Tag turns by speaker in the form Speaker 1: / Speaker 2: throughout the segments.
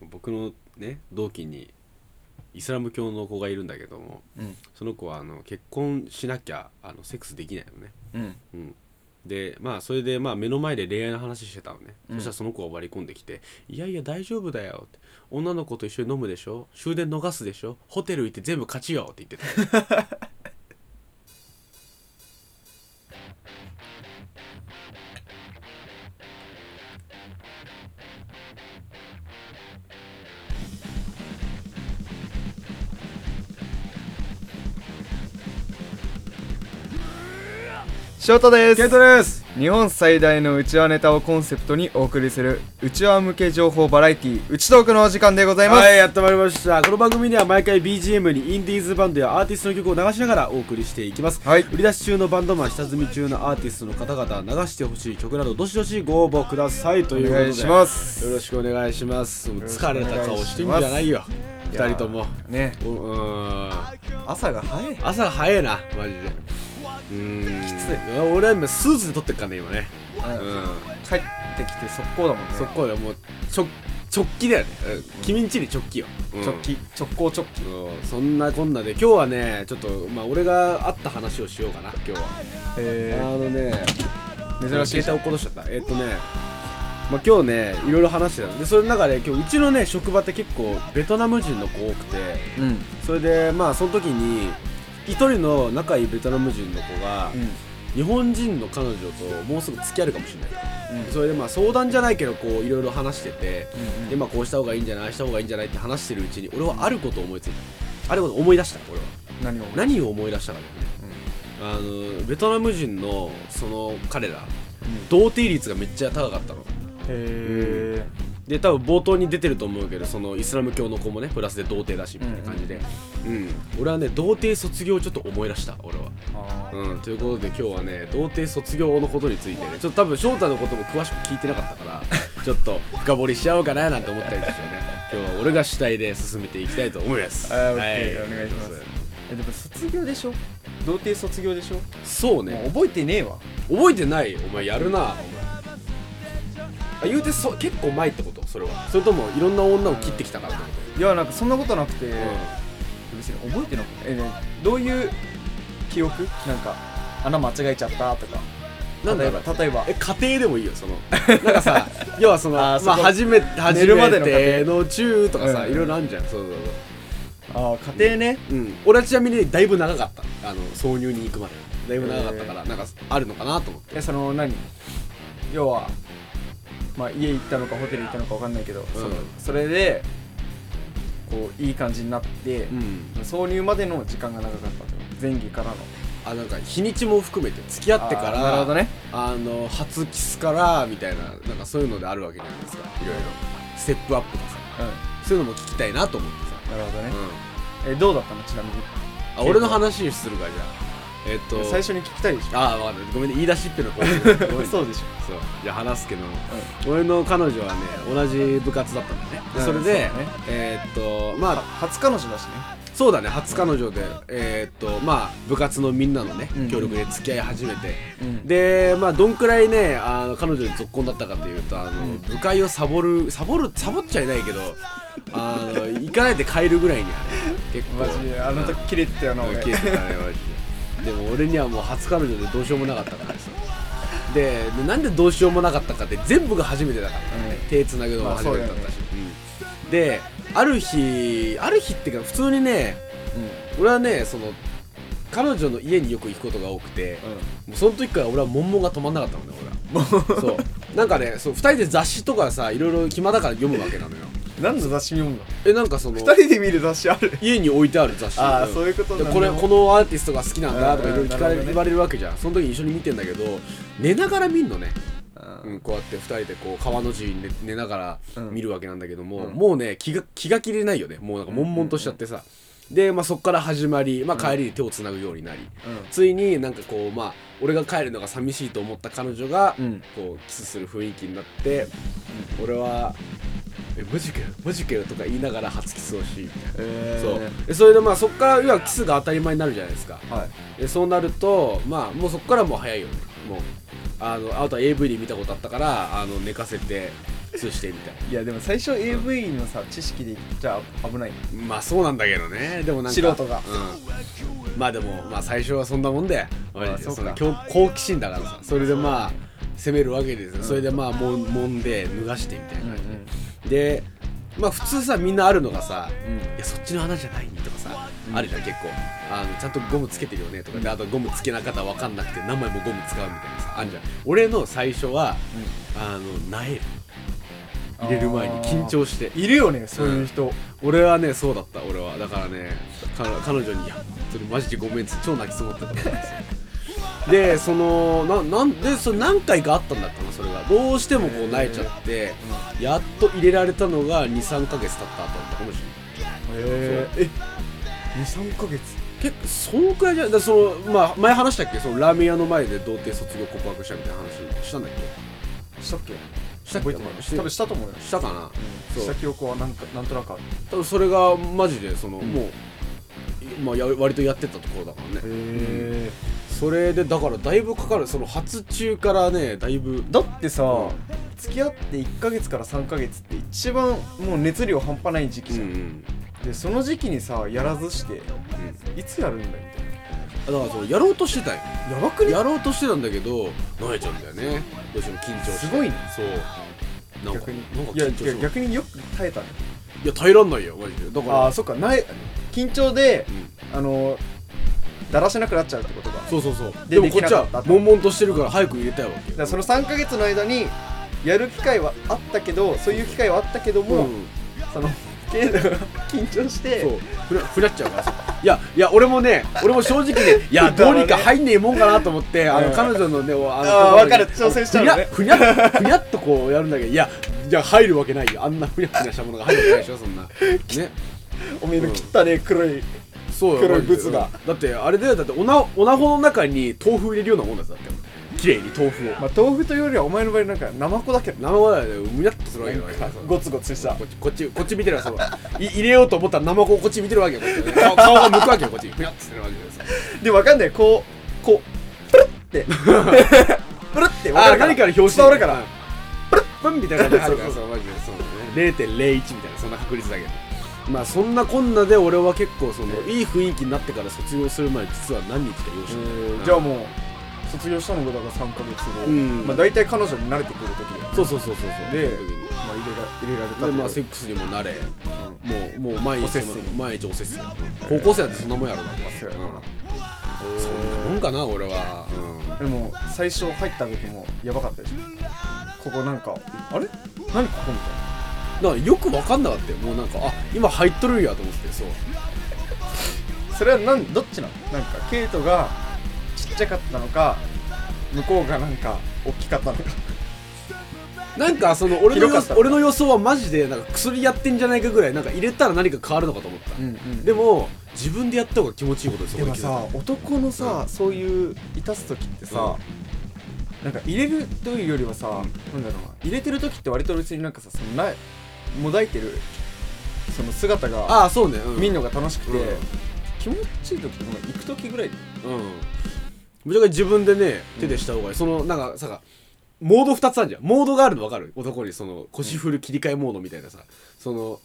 Speaker 1: 僕のね同期にイスラム教の子がいるんだけども
Speaker 2: うん
Speaker 1: その子はあの結婚しなきゃあのセックスできないのね、
Speaker 2: うん
Speaker 1: うん、でまあそれでまあ目の前で恋愛の話してたのね、
Speaker 2: うん
Speaker 1: そしたらその子が割り込んできて「いやいや大丈夫だよ」って「女の子と一緒に飲むでしょ終電逃すでしょホテル行って全部勝ちよ」って言ってた
Speaker 2: 翔太です
Speaker 1: ケントです
Speaker 2: 日本最大のうちわネタをコンセプトにお送りするうちわ向け情報バラエティーうちトークのお時間でございます、
Speaker 1: はいやってまいりましたこの番組では毎回 BGM にインディーズバンドやアーティストの曲を流しながらお送りしていきます、
Speaker 2: はい
Speaker 1: 売り出し中のバンドマン下積み中のアーティストの方々流してほしい曲などどしどしご応募くださいという
Speaker 2: お
Speaker 1: ことで
Speaker 2: 願いします
Speaker 1: よろしくお願いしますもう疲れた顔して
Speaker 2: よ
Speaker 1: ん
Speaker 2: ろしく
Speaker 1: じ
Speaker 2: お願いします
Speaker 1: ゃないよ
Speaker 2: いや
Speaker 1: 二人とも
Speaker 2: ね
Speaker 1: おうーん
Speaker 2: 朝が早い
Speaker 1: 朝早いなマジでうーんきつい俺は今スーツで撮ってっからね今ねうん
Speaker 2: 帰ってきて速攻だもんね
Speaker 1: そこでもう直直帰だよねうん君んちに直帰ようん
Speaker 2: 直帰直行直帰
Speaker 1: うんそんなこんなで今日はねちょっとまあ俺があった話をしようかな今日は、
Speaker 2: え
Speaker 1: あのね
Speaker 2: ー、珍しい
Speaker 1: 携帯落っことしちゃったえっ、とねまあ今日ねいろいろ話してたのでその中で今日うちのね職場って結構ベトナム人の子多くて
Speaker 2: うんうん
Speaker 1: それでまあその時に一人の仲いいベトナム人の子が、日本人の彼女ともうすぐ付き合えるかもしれないそれでまあ相談じゃないけどこういろいろ話してて、
Speaker 2: うんうん
Speaker 1: でまあこうした方がいいんじゃないああした方がいいんじゃないって話してるうちに俺はあることを思いついたあることを思い出した俺は
Speaker 2: 何を
Speaker 1: 何を思い出したかだよねあのベトナム人のその彼ら童貞率がめっちゃ高かったの
Speaker 2: へえ
Speaker 1: で多分冒頭に出てると思うけどそのイスラム教の子もねプラスで童貞だしみたいな感じでうん、俺はね童貞卒業をちょっと思い出した俺は
Speaker 2: あ
Speaker 1: う
Speaker 2: ー
Speaker 1: んということで今日はね童貞卒業のことについてねちょっと多分翔太のことも詳しく聞いてなかったから ちょっと深掘りしちゃおうかななんて思ったりですよね今日は俺が主体で進めていきたいと思います
Speaker 2: あー
Speaker 1: は
Speaker 2: オッケーお願いしますえでも卒業でしょ童貞卒業でしょ
Speaker 1: そう
Speaker 2: も
Speaker 1: ね
Speaker 2: う覚えてねえわ
Speaker 1: 覚えてないお前やるなお前あ言うてそ結構前ってことそれはそれともいろんな女を切ってきたからってこ
Speaker 2: いやなんかそんなことなくて、
Speaker 1: と、
Speaker 2: 別に覚えてなくてえ、ね、どういう記憶なんか穴間違えちゃったとか
Speaker 1: なんだ
Speaker 2: 例え
Speaker 1: ろう
Speaker 2: ば例えば
Speaker 1: え家庭でもいいよ そのなんかさ要はその
Speaker 2: あー
Speaker 1: まあ
Speaker 2: そこ
Speaker 1: 初め初
Speaker 2: 寝るま
Speaker 1: め
Speaker 2: での
Speaker 1: ての中とかさ、
Speaker 2: うんうん
Speaker 1: いろいろあるじゃんそうそうそう
Speaker 2: あー家庭ね
Speaker 1: うん、俺はちなみにだいぶ長かったあの挿入に行くまでだいぶ長かったから、なんかあるのかなと思って
Speaker 2: えその何要はまあ家行ったのかホテル行ったのか分かんないけど、そのそれでこういい感じになって、
Speaker 1: ん
Speaker 2: 挿入までの時間が長かったってこと前期からの
Speaker 1: あなんか日にちも含めて付き合ってから
Speaker 2: あーなるほどね
Speaker 1: あの初キスからみたいななんかそういうのであるわけじゃないですかいろいろステップアップとかさ
Speaker 2: う
Speaker 1: そういうのも聞きたいなと思ってさ、
Speaker 2: んなるほど
Speaker 1: う
Speaker 2: ね、
Speaker 1: ん、
Speaker 2: えどうだったのちなみに
Speaker 1: あ俺の話するかじゃあえっと
Speaker 2: 最初に聞きたいでしょ
Speaker 1: ああ分かったごめんね言い出しっぺの子ごめんね
Speaker 2: そうでしょ
Speaker 1: そうじゃあ話すけど、俺の彼女はね同じ部活だったんだね、で
Speaker 2: うん
Speaker 1: それ
Speaker 2: そうだ
Speaker 1: で
Speaker 2: ね
Speaker 1: えーっとまあ
Speaker 2: は初彼女だしね
Speaker 1: そうだね初彼女で、えーっとまあ、部活のみんなのね
Speaker 2: うん
Speaker 1: 協力で付き合い始めて、
Speaker 2: うん
Speaker 1: で、まあ、どんくらいねあの彼女に続婚だったかというとあの、部会をサボるサボるサボっちゃいないけどあ の行かないで帰るぐらいにはね結構
Speaker 2: マジであの時キレてたよな俺
Speaker 1: 消えてたねマジででも俺にはもう初彼女でどうしようもなかったからさででなんでどうしようもなかったかって全部が初めてだからね、
Speaker 2: うん
Speaker 1: 手つなぐのも初めてだったし、
Speaker 2: まあそ
Speaker 1: うんである日ある日っていうか普通にね俺はねその彼女の家によく行くことが多くて、もうその時から俺は悶々が止まんなかったのね俺 はそうなんかねそう2人で雑誌とかさいろいろ暇だから読むわけなのよ
Speaker 2: うん何の雑誌読むの
Speaker 1: えなんかその
Speaker 2: 二人で見る雑誌ある
Speaker 1: 家に置いてある雑誌
Speaker 2: あー
Speaker 1: ん
Speaker 2: そういうこと
Speaker 1: で
Speaker 2: なん
Speaker 1: これ
Speaker 2: だ
Speaker 1: このアーティストが好きなんだとかいろいろ聞か
Speaker 2: うんう
Speaker 1: れ
Speaker 2: ん
Speaker 1: 言われるわけじゃんその時に一緒に見てんだけど寝ながら見んのね、うん、こうやって2人でこう川の字に寝寝ながら見るわけなんだけども、
Speaker 2: うん
Speaker 1: もうね気が気が切れないよねもうなんか悶々としちゃってさ、で、まあ、そこから始まり、まあ、帰りに手をつなぐようになり、ついになんかこうまあ俺が帰るのが寂しいと思った彼女が、
Speaker 2: うん
Speaker 1: こうキスする雰囲気になって、俺は「えマジかよマジかよ」とか言いながら初キスをしみたいな。そうでそれでまあそこから要はキスが当たり前になるじゃないですか
Speaker 2: はい
Speaker 1: でそうなるとまあもうそこからもう早いよねもうあのあとは AV で見たことあったからあの寝かせて通してみたい
Speaker 2: いやでも最初 AV のさ知識でじゃあ危ない
Speaker 1: なまあそうなんだけどねでもなんか
Speaker 2: 素人が
Speaker 1: うん、まあでもまあ最初はそんなもんでマジで
Speaker 2: そうか
Speaker 1: その興好奇心だからさそれでまあ攻めるわけですよ、
Speaker 2: ん
Speaker 1: それでまあもんもんで脱がしてみたいな感じで、
Speaker 2: うん
Speaker 1: でまあ普通さみんなあるのがさ、
Speaker 2: うん
Speaker 1: いやそっちの穴じゃないとかさ、
Speaker 2: うん
Speaker 1: あるじゃん結構あのちゃんとゴムつけてるよねとかであとゴムつけなかったら分かんなくて何枚もゴム使うみたいなさあるじゃん俺の最初はあのなえる入れる前に緊張して
Speaker 2: いるよねそういう人、
Speaker 1: 俺はねそうだった俺はだからねか彼女に「いや本当にマジでごめん」っつって超泣きそうだったからですよでそのななんでそれ何回かあったんだったなそれがどうしてもこう泣いちゃってやっと入れられたのが23ヶ月経った後だったかもしれない
Speaker 2: へええ23ヶ月
Speaker 1: 結構そんくらいじゃないだからその、まあ、前話したっけそのラーメン屋の前で童貞卒業告白したみたいな話したんだっけ
Speaker 2: したっけ
Speaker 1: したっけ
Speaker 2: 覚えてない
Speaker 1: して
Speaker 2: 多分したと思うよ、
Speaker 1: したかな
Speaker 2: う
Speaker 1: そ
Speaker 2: ん、
Speaker 1: う
Speaker 2: した記憶はなんかなんとなくある
Speaker 1: 多分それがマジでその、
Speaker 2: ん
Speaker 1: もう、まあ、や割とやってたところだからね
Speaker 2: へ
Speaker 1: それでだからだいぶかかるその初中からねだいぶ
Speaker 2: だってさ、
Speaker 1: うん
Speaker 2: 付き合って1ヶ月から3ヶ月って一番もう熱量半端ない時
Speaker 1: う
Speaker 2: 期
Speaker 1: ん
Speaker 2: じ
Speaker 1: う
Speaker 2: ゃん、
Speaker 1: ん
Speaker 2: でその時期にさやらずしていつやるんだよみたい
Speaker 1: だからそのやろうとしてたよ
Speaker 2: なやばくね
Speaker 1: やろうとしてたんだけど慣れちゃうんだよねどうしても緊張して
Speaker 2: すごいね
Speaker 1: そうなんか
Speaker 2: 逆に
Speaker 1: なんか
Speaker 2: いや
Speaker 1: 緊張するいや
Speaker 2: 逆によく耐えたね
Speaker 1: 耐えらんないよマジでだから
Speaker 2: ああそっかない緊張で
Speaker 1: うん
Speaker 2: あのだらしなくなっちゃうってことかだか
Speaker 1: そうそうそうで
Speaker 2: で
Speaker 1: もこっち
Speaker 2: できなか
Speaker 1: は
Speaker 2: った
Speaker 1: 悶々としてるから早く入れたいわけよ
Speaker 2: らその3ヶ月の間にやる機会はあったけどそういう機会はあったけど
Speaker 1: う
Speaker 2: も、
Speaker 1: ん
Speaker 2: そのけど緊張して
Speaker 1: そうふらふらっちゃうからさいやいや俺も ね俺も正直ねいや
Speaker 2: だ
Speaker 1: ど
Speaker 2: から
Speaker 1: う
Speaker 2: ね
Speaker 1: にか入んねえもんかなと思ってあ
Speaker 2: う
Speaker 1: の
Speaker 2: ん
Speaker 1: 彼女のねあの
Speaker 2: あーわかる
Speaker 1: 彼女に
Speaker 2: 挑戦しちゃうのね
Speaker 1: ふにゃふにゃふにゃっとこうやるんだけどいやじゃあ入るわけないよあんなふにゃふにゃしたものが入るわけないでしょそん なね
Speaker 2: おめえの切ったね黒い
Speaker 1: そうよ
Speaker 2: 黒いブツが
Speaker 1: だってあれだよだっておなおなほの中に豆腐入れるようなもんだよだって綺麗に豆腐を
Speaker 2: まあ豆腐というよりはお前の場合なんか生子だけど
Speaker 1: 生ごだよねむにゃっとするわけよ
Speaker 2: なんかゴツゴツした
Speaker 1: こっちこっちこっち見てるわそのい入れようと思ったら生子をこっち見てるわけよこっちね顔顔が向くわけよこっちにふにゃっとするわけです
Speaker 2: でわかんないこうこう プルッてプルッてわ
Speaker 1: あ
Speaker 2: る
Speaker 1: ー何かの表紙
Speaker 2: 伝わるから
Speaker 1: プンみたいな感じで入るから
Speaker 2: そう
Speaker 1: そうマジでそうだね0.01みたいなそんな確率だけどまあそんなこんなで俺は結構そのいい雰囲気になってから卒業する前実は何日か用意して
Speaker 2: じゃあもう卒業したのがだから3ヶ月後、
Speaker 1: うん
Speaker 2: まあ、大体彼女に慣れてくる時だよ
Speaker 1: たそうそうそうそうそう
Speaker 2: で
Speaker 1: その時に
Speaker 2: まあ、入れら入れられたと
Speaker 1: でまあセックスにもなれもうもう毎
Speaker 2: お
Speaker 1: 日
Speaker 2: 節制
Speaker 1: 毎日お節制高校生だってそんなもんやろな
Speaker 2: そうやな
Speaker 1: うんそんなもんかな俺はうん
Speaker 2: でも最初入った時もやばかったでしょここなんかあれ何ここみた
Speaker 1: だからよく分かんなかったよもうなんかあ今入っとるんやと思ってそう
Speaker 2: いなそれはなんどっちなのなんかケイトがちっちゃかったのか向こうがなんか大きかったのか
Speaker 1: なんかその俺の
Speaker 2: 広か
Speaker 1: 予
Speaker 2: った
Speaker 1: 想俺の予想はマジでなんか薬やってんじゃないかぐらいなんか入れたら何か変わるのかと思った、
Speaker 2: ん、うん
Speaker 1: でも自分でやった方が気持ちいいことです
Speaker 2: で
Speaker 1: よ
Speaker 2: もさ男のさ、
Speaker 1: う
Speaker 2: そういういたす時ってさ、なんか入れるというよりはさ、なんだろうな入れてる時って割と別になんかさそのないもだいてるその姿が
Speaker 1: ああそうね、うん、
Speaker 2: 見る
Speaker 1: な
Speaker 2: のが楽しくて、
Speaker 1: うん
Speaker 2: 気持ちいい時ってもう行く時ぐらい
Speaker 1: うんぶっちゃけ自分でね手でした方がいい、そのなんかさモード2つあるじゃんモードがあるの分かる男にその腰振る切り替えモードみたいなさその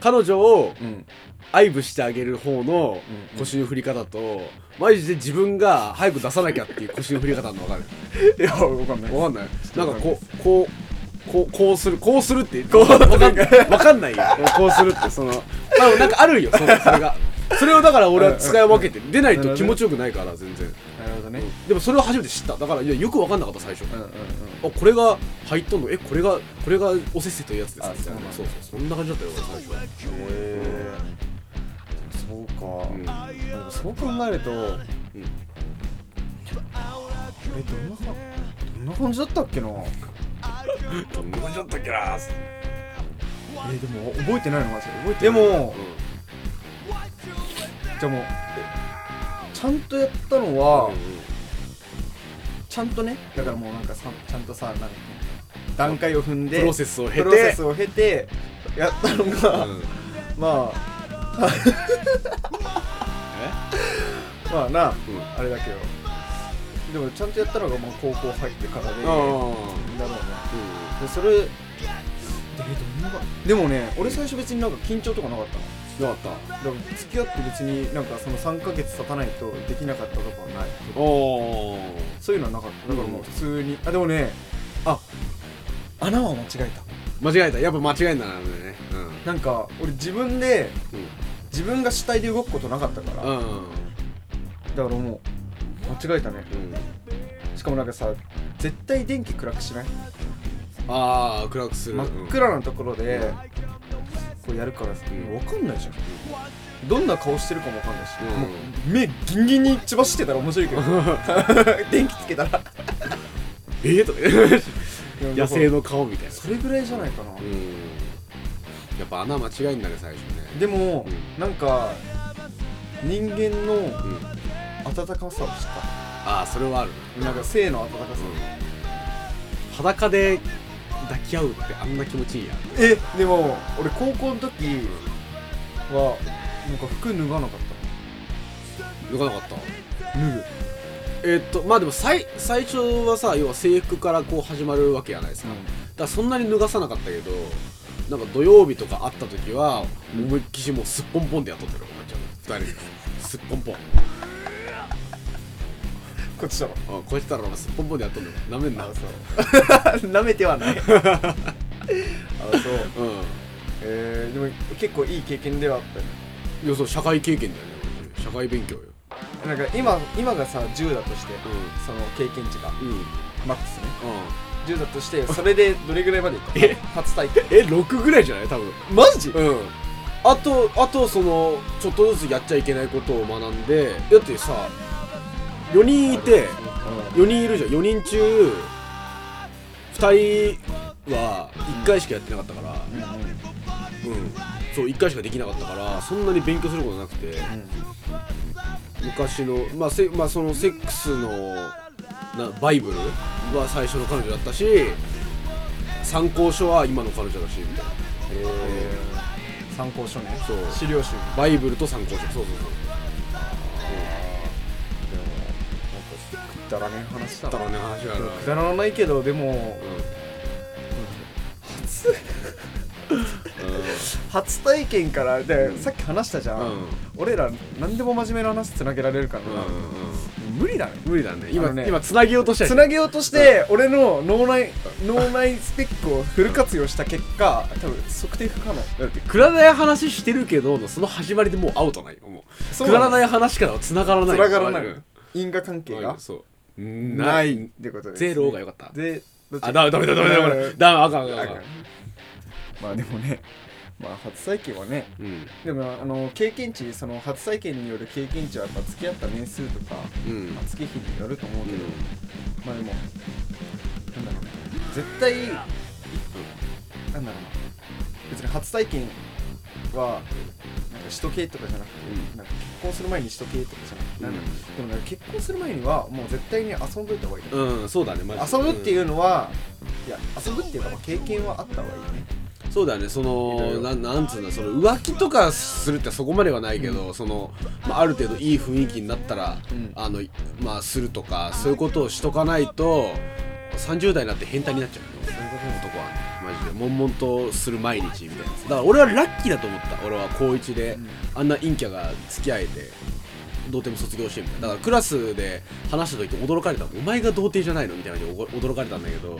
Speaker 1: 彼女を
Speaker 2: うん
Speaker 1: 愛撫してあげる方の
Speaker 2: うん
Speaker 1: 腰の振り方と、マジで自分が早く出さなきゃっていう腰の振り方あるの分かる
Speaker 2: いやわかんない
Speaker 1: わかんない
Speaker 2: ちょ
Speaker 1: なん
Speaker 2: っとわ
Speaker 1: か
Speaker 2: かんない
Speaker 1: こうこうこうこうするこうするってこうわかんないわかんないよこうするってそのまあなんかあるよそのそれがそれをだから俺は使い分けてる出ないと気持ちよくないから全然
Speaker 2: なるほどね
Speaker 1: でもそれを初めて知っただからいやよくわかんなかった最初
Speaker 2: うんうんうん
Speaker 1: あこれが入っとんのえこれがこれがおせっせというやつです
Speaker 2: あ
Speaker 1: みたいな
Speaker 2: そ
Speaker 1: そううそうそんな感じだったよ俺最初
Speaker 2: へえそうか、
Speaker 1: うん
Speaker 2: でもそう考えると
Speaker 1: うん
Speaker 2: えどんなかどんな感じだったっけな
Speaker 1: どんな感じだったっけな
Speaker 2: えーでも覚えてないのマジで覚えてでもじゃあもうえちゃんとやったのは、ちゃんとねだからもうなんかさちゃんとさなんか段階を踏んで
Speaker 1: プロセスを経て
Speaker 2: プロセスを経てやったのが、
Speaker 1: うん
Speaker 2: まあまあな、
Speaker 1: ん
Speaker 2: あれだけどでもちゃんとやったのがもう高校入ってからで、
Speaker 1: あー
Speaker 2: だろうね
Speaker 1: うん
Speaker 2: でそれえどんなでもね俺最初別になんか緊張とかなかったの
Speaker 1: よかった
Speaker 2: でも付き合って別になんかその3ヶ月経たないとできなかったとかはない
Speaker 1: おお
Speaker 2: そういうのはなかっただからもう普通に、あでもねあ穴は間違え
Speaker 1: 間違えたやっぱ間違えんだなあれね
Speaker 2: たなんか俺自分で
Speaker 1: うんうん
Speaker 2: 自分が主体で動くことなかったから、
Speaker 1: う
Speaker 2: だか
Speaker 1: ん
Speaker 2: らもう間違えたね
Speaker 1: うん
Speaker 2: しかもなんかさ絶対電気暗くしない
Speaker 1: ああ暗くする
Speaker 2: 真っ暗なところでこうやるからさ、
Speaker 1: うん
Speaker 2: 分かんないじゃんどんな顔してるかも分かんないし、
Speaker 1: うん
Speaker 2: もう目ギンギンに血走ってたら面白 いけど電気つけたら
Speaker 1: うんええとか言って 野生
Speaker 2: の
Speaker 1: の顔みたいな
Speaker 2: それぐらいじゃないかな、
Speaker 1: うんやっぱ穴間違えんだね最初ね
Speaker 2: でも、
Speaker 1: う
Speaker 2: なんか人間の
Speaker 1: うん
Speaker 2: 温かさを知っ
Speaker 1: ああそれはある
Speaker 2: たなんか性の温かさ、
Speaker 1: 裸で抱き合うってあんな気持ちいいや
Speaker 2: えでも俺高校の時はなんか服脱がなかっ
Speaker 1: 抜かなかった
Speaker 2: た脱ぐ
Speaker 1: えっとまあでも最最初はさ要は制服からこう始まるわけじゃないですか、だからそんなに脱がさなかったけどなんか土曜日とか会った時は思いっきしもうすっぽんぽんでやっとってるおばちゃん二人ですっぽんぽん
Speaker 2: こっちだろ
Speaker 1: あこうやってたらお前すっぽんぽんでやっとんのなめんなうん
Speaker 2: そう 舐めてはないあそうえー、でも結構いい経験ではあったよ
Speaker 1: いやそう社会経験だよね俺社会勉強よ
Speaker 2: なんか今今がさ10だとして
Speaker 1: う
Speaker 2: その経験値が
Speaker 1: んうんうん
Speaker 2: マックスね10だと してそれでどれぐらいまでいった
Speaker 1: え
Speaker 2: 初体験
Speaker 1: え6ぐらいじゃない多分
Speaker 2: マジ
Speaker 1: うんあとあとそのちょっとずつやっちゃいけないことを学んでだってさ4人いて4人いるじゃん4人中2人は1回しかやってなかったから
Speaker 2: うんうんう
Speaker 1: う
Speaker 2: ん
Speaker 1: んそう1回しかできなかったからそんなに勉強することなくて昔のまあせまあそのセックスのなバイブルは最初の彼女だったし参考書は今の彼女だしみたいな
Speaker 2: えー参考書ね
Speaker 1: そう
Speaker 2: 資料集でも
Speaker 1: バイブルと参考書そうそうそう
Speaker 2: なんかくだらねえ話だ
Speaker 1: だ
Speaker 2: な
Speaker 1: からね話がある
Speaker 2: くだらないけどでも初初体験からで、
Speaker 1: うん
Speaker 2: さっき話したじゃん、
Speaker 1: うん
Speaker 2: 俺ら何でも真面目な話つなげられるからな、無理だね
Speaker 1: 無理だね
Speaker 2: あ
Speaker 1: 今
Speaker 2: のね
Speaker 1: 今つなげようとしたでし
Speaker 2: つ
Speaker 1: ょ
Speaker 2: なげようとして俺の脳内脳内スペックをフル活用した結果多分測定不可能
Speaker 1: だってくだらない話してるけどのその始まりでもうアウトないよもう
Speaker 2: そう
Speaker 1: くだらない話からはつながらない
Speaker 2: つながらな
Speaker 1: う
Speaker 2: い
Speaker 1: ん
Speaker 2: 因果関係が
Speaker 1: そう
Speaker 2: ないってことですね、
Speaker 1: ゼロが良かった
Speaker 2: でどっち
Speaker 1: あダメダメダメダメダメ
Speaker 2: うん
Speaker 1: ダメあかんあかんあかん
Speaker 2: まあでもねまあ初体験はね
Speaker 1: うん
Speaker 2: でもあの経験値その初体験による経験値はやっぱ付き合った年数とか、
Speaker 1: うん
Speaker 2: まあ、月日によると思うけど、まあでもなんだろうな絶対なんだろうな別に初体験はなんかしとけとかじゃなくて、
Speaker 1: うん
Speaker 2: なんか結婚する前にしとけとかじゃなくて、なんだろ
Speaker 1: う
Speaker 2: うでもなんか結婚する前にはもう絶対に遊んどいた方がいいと思う
Speaker 1: うんうんそうだねマジで
Speaker 2: 遊ぶっていううのは、いや遊ぶっていうかまあ経験はあった方がいいね
Speaker 1: んそうだねそ
Speaker 2: いろい
Speaker 1: の
Speaker 2: ろ
Speaker 1: なんなんつうんだその浮気とかするってそこまではないけどそのまあある程度いい雰囲気になったら
Speaker 2: うん
Speaker 1: あのまあするとかそういうことをしとかないと30代になって変態になっちゃうよ
Speaker 2: そういうこと
Speaker 1: 男はねマジで悶々とする毎日みたいなだから俺はラッキーだと思った俺は高1で
Speaker 2: うん
Speaker 1: あんな陰キャが付き合えて童貞も卒業してみたいなだからクラスで話した時驚かれたお前が童貞じゃないのみたいなのにおご驚かれたんだけど、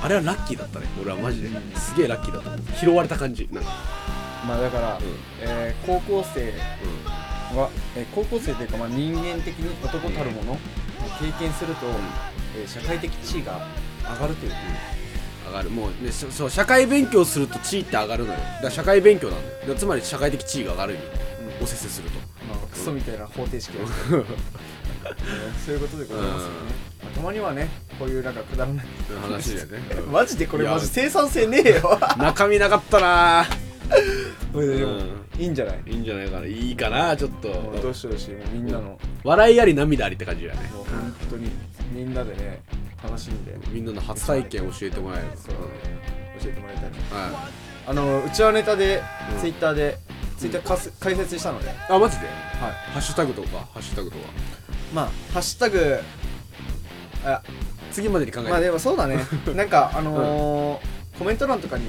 Speaker 1: あれはラッキーだったね俺はマジで
Speaker 2: うん
Speaker 1: すげえラッキーだと思う拾われた感じなんか
Speaker 2: まあだから、
Speaker 1: うん
Speaker 2: えー高校生は、えー高校生というか、まあ、人間的に男たるものを経験すると、えー社会的地位が上がるという
Speaker 1: 上がるもうねそそう社会勉強すると地位って上がるのよだから社会勉強なんだよだからつまり社会的地位が上がるよ、
Speaker 2: うん
Speaker 1: おせせすると
Speaker 2: まあ、クソみたいな方程式です けど、えーそういうことでございますよね、まあたまにはねこういうなんかくだらない
Speaker 1: そういう話だよね
Speaker 2: マジでこれ
Speaker 1: いや
Speaker 2: マジ生産性ねえよ
Speaker 1: 中身なかったな
Speaker 2: これでも、
Speaker 1: うん
Speaker 2: いいんじゃない
Speaker 1: いいんじゃないかないいかなちょっと
Speaker 2: もうどうしようしもうみんなの、も
Speaker 1: 笑いあり涙ありって感じだよね
Speaker 2: う本当にみんなでね楽しんで
Speaker 1: みんなの初体験教えてもらえる
Speaker 2: そう教えてもらいたい
Speaker 1: は
Speaker 2: あのうちはネタで、
Speaker 1: うん
Speaker 2: ツイッターでツイッターかす解説したので、はい、
Speaker 1: いあマジでハッシュタグとかハッシュタグとか
Speaker 2: まあハッシュタグあ
Speaker 1: 次までに考えて
Speaker 2: まあでもそうだねなんかあのーコメント欄とかに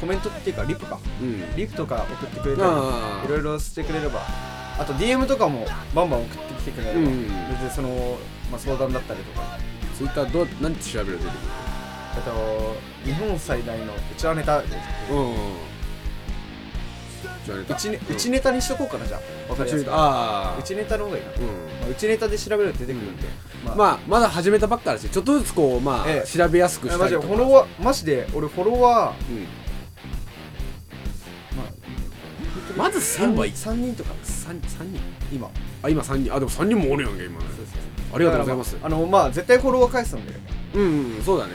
Speaker 2: コメントっていうかリプか
Speaker 1: うん
Speaker 2: リプとか送ってくれたり
Speaker 1: あ
Speaker 2: いろいろしてくれればあと DM とかもバンバン送ってきてくれれば、
Speaker 1: うん
Speaker 2: 別にその、まあ、相談だったりとか
Speaker 1: あツイッターどう何て調べると出て
Speaker 2: あと日本最大のうちはネタう
Speaker 1: くるうんじゃあネタ
Speaker 2: ち,、ね、うちネタにしとこうかなじゃあわかりやすくう
Speaker 1: ああ
Speaker 2: ちネタの方がいいな、
Speaker 1: うん
Speaker 2: まあ、うちネタで調べると出てくるんで、まあ
Speaker 1: まあまだ始めたばっかだしちょっとずつこうまあ、
Speaker 2: ええ
Speaker 1: 調べやすく
Speaker 2: え
Speaker 1: し
Speaker 2: マ
Speaker 1: た
Speaker 2: ジ
Speaker 1: り
Speaker 2: で
Speaker 1: とか
Speaker 2: フォロワーマジで俺フォロワー、
Speaker 1: うん
Speaker 2: まあ、
Speaker 1: まず1000はいい
Speaker 2: 3人とか
Speaker 1: 3, 人
Speaker 2: 今
Speaker 1: あ今3人あでも3人もおるやんけ今ねあ
Speaker 2: あ
Speaker 1: りがとうございます
Speaker 2: あのまあ絶対フォロワー返すんで、
Speaker 1: うん、うん、そうだね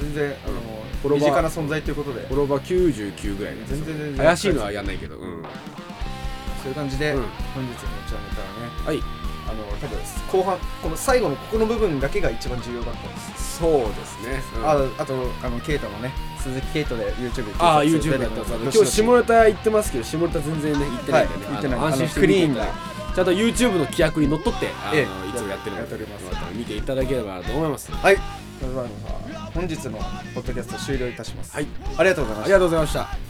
Speaker 2: 全然あの、
Speaker 1: フォロワー
Speaker 2: 身近な存在ということで
Speaker 1: フォロワー99ぐらいね
Speaker 2: 全然全然
Speaker 1: 怪しいのはやんないけどうんは
Speaker 2: そういう感じで、
Speaker 1: うん
Speaker 2: 本日のうちはネタはね
Speaker 1: い
Speaker 2: あの多分後半この最後のここの部分だけが一番重要だったんです、
Speaker 1: そうですね、うん
Speaker 2: ああとあのケイタもね鈴木ケイタで YouTube
Speaker 1: ああ YouTube だった今日下ネタ行ってますけど下ネタ全然ね行ってないんでね、
Speaker 2: はい行ってない
Speaker 1: あの安心して
Speaker 2: あのクリーン
Speaker 1: 見てい
Speaker 2: な
Speaker 1: ただいてちゃんと YouTube の規約にのっとってあの、
Speaker 2: ええ
Speaker 1: いつもやってる
Speaker 2: や
Speaker 1: の
Speaker 2: ってお
Speaker 1: で
Speaker 2: ります
Speaker 1: よかったら見ていただければなと思います
Speaker 2: はいそれでは本日のポッドキャスト終了いたします、
Speaker 1: はい
Speaker 2: ありがとうございま
Speaker 1: あ
Speaker 2: し
Speaker 1: り
Speaker 2: た
Speaker 1: がとうございました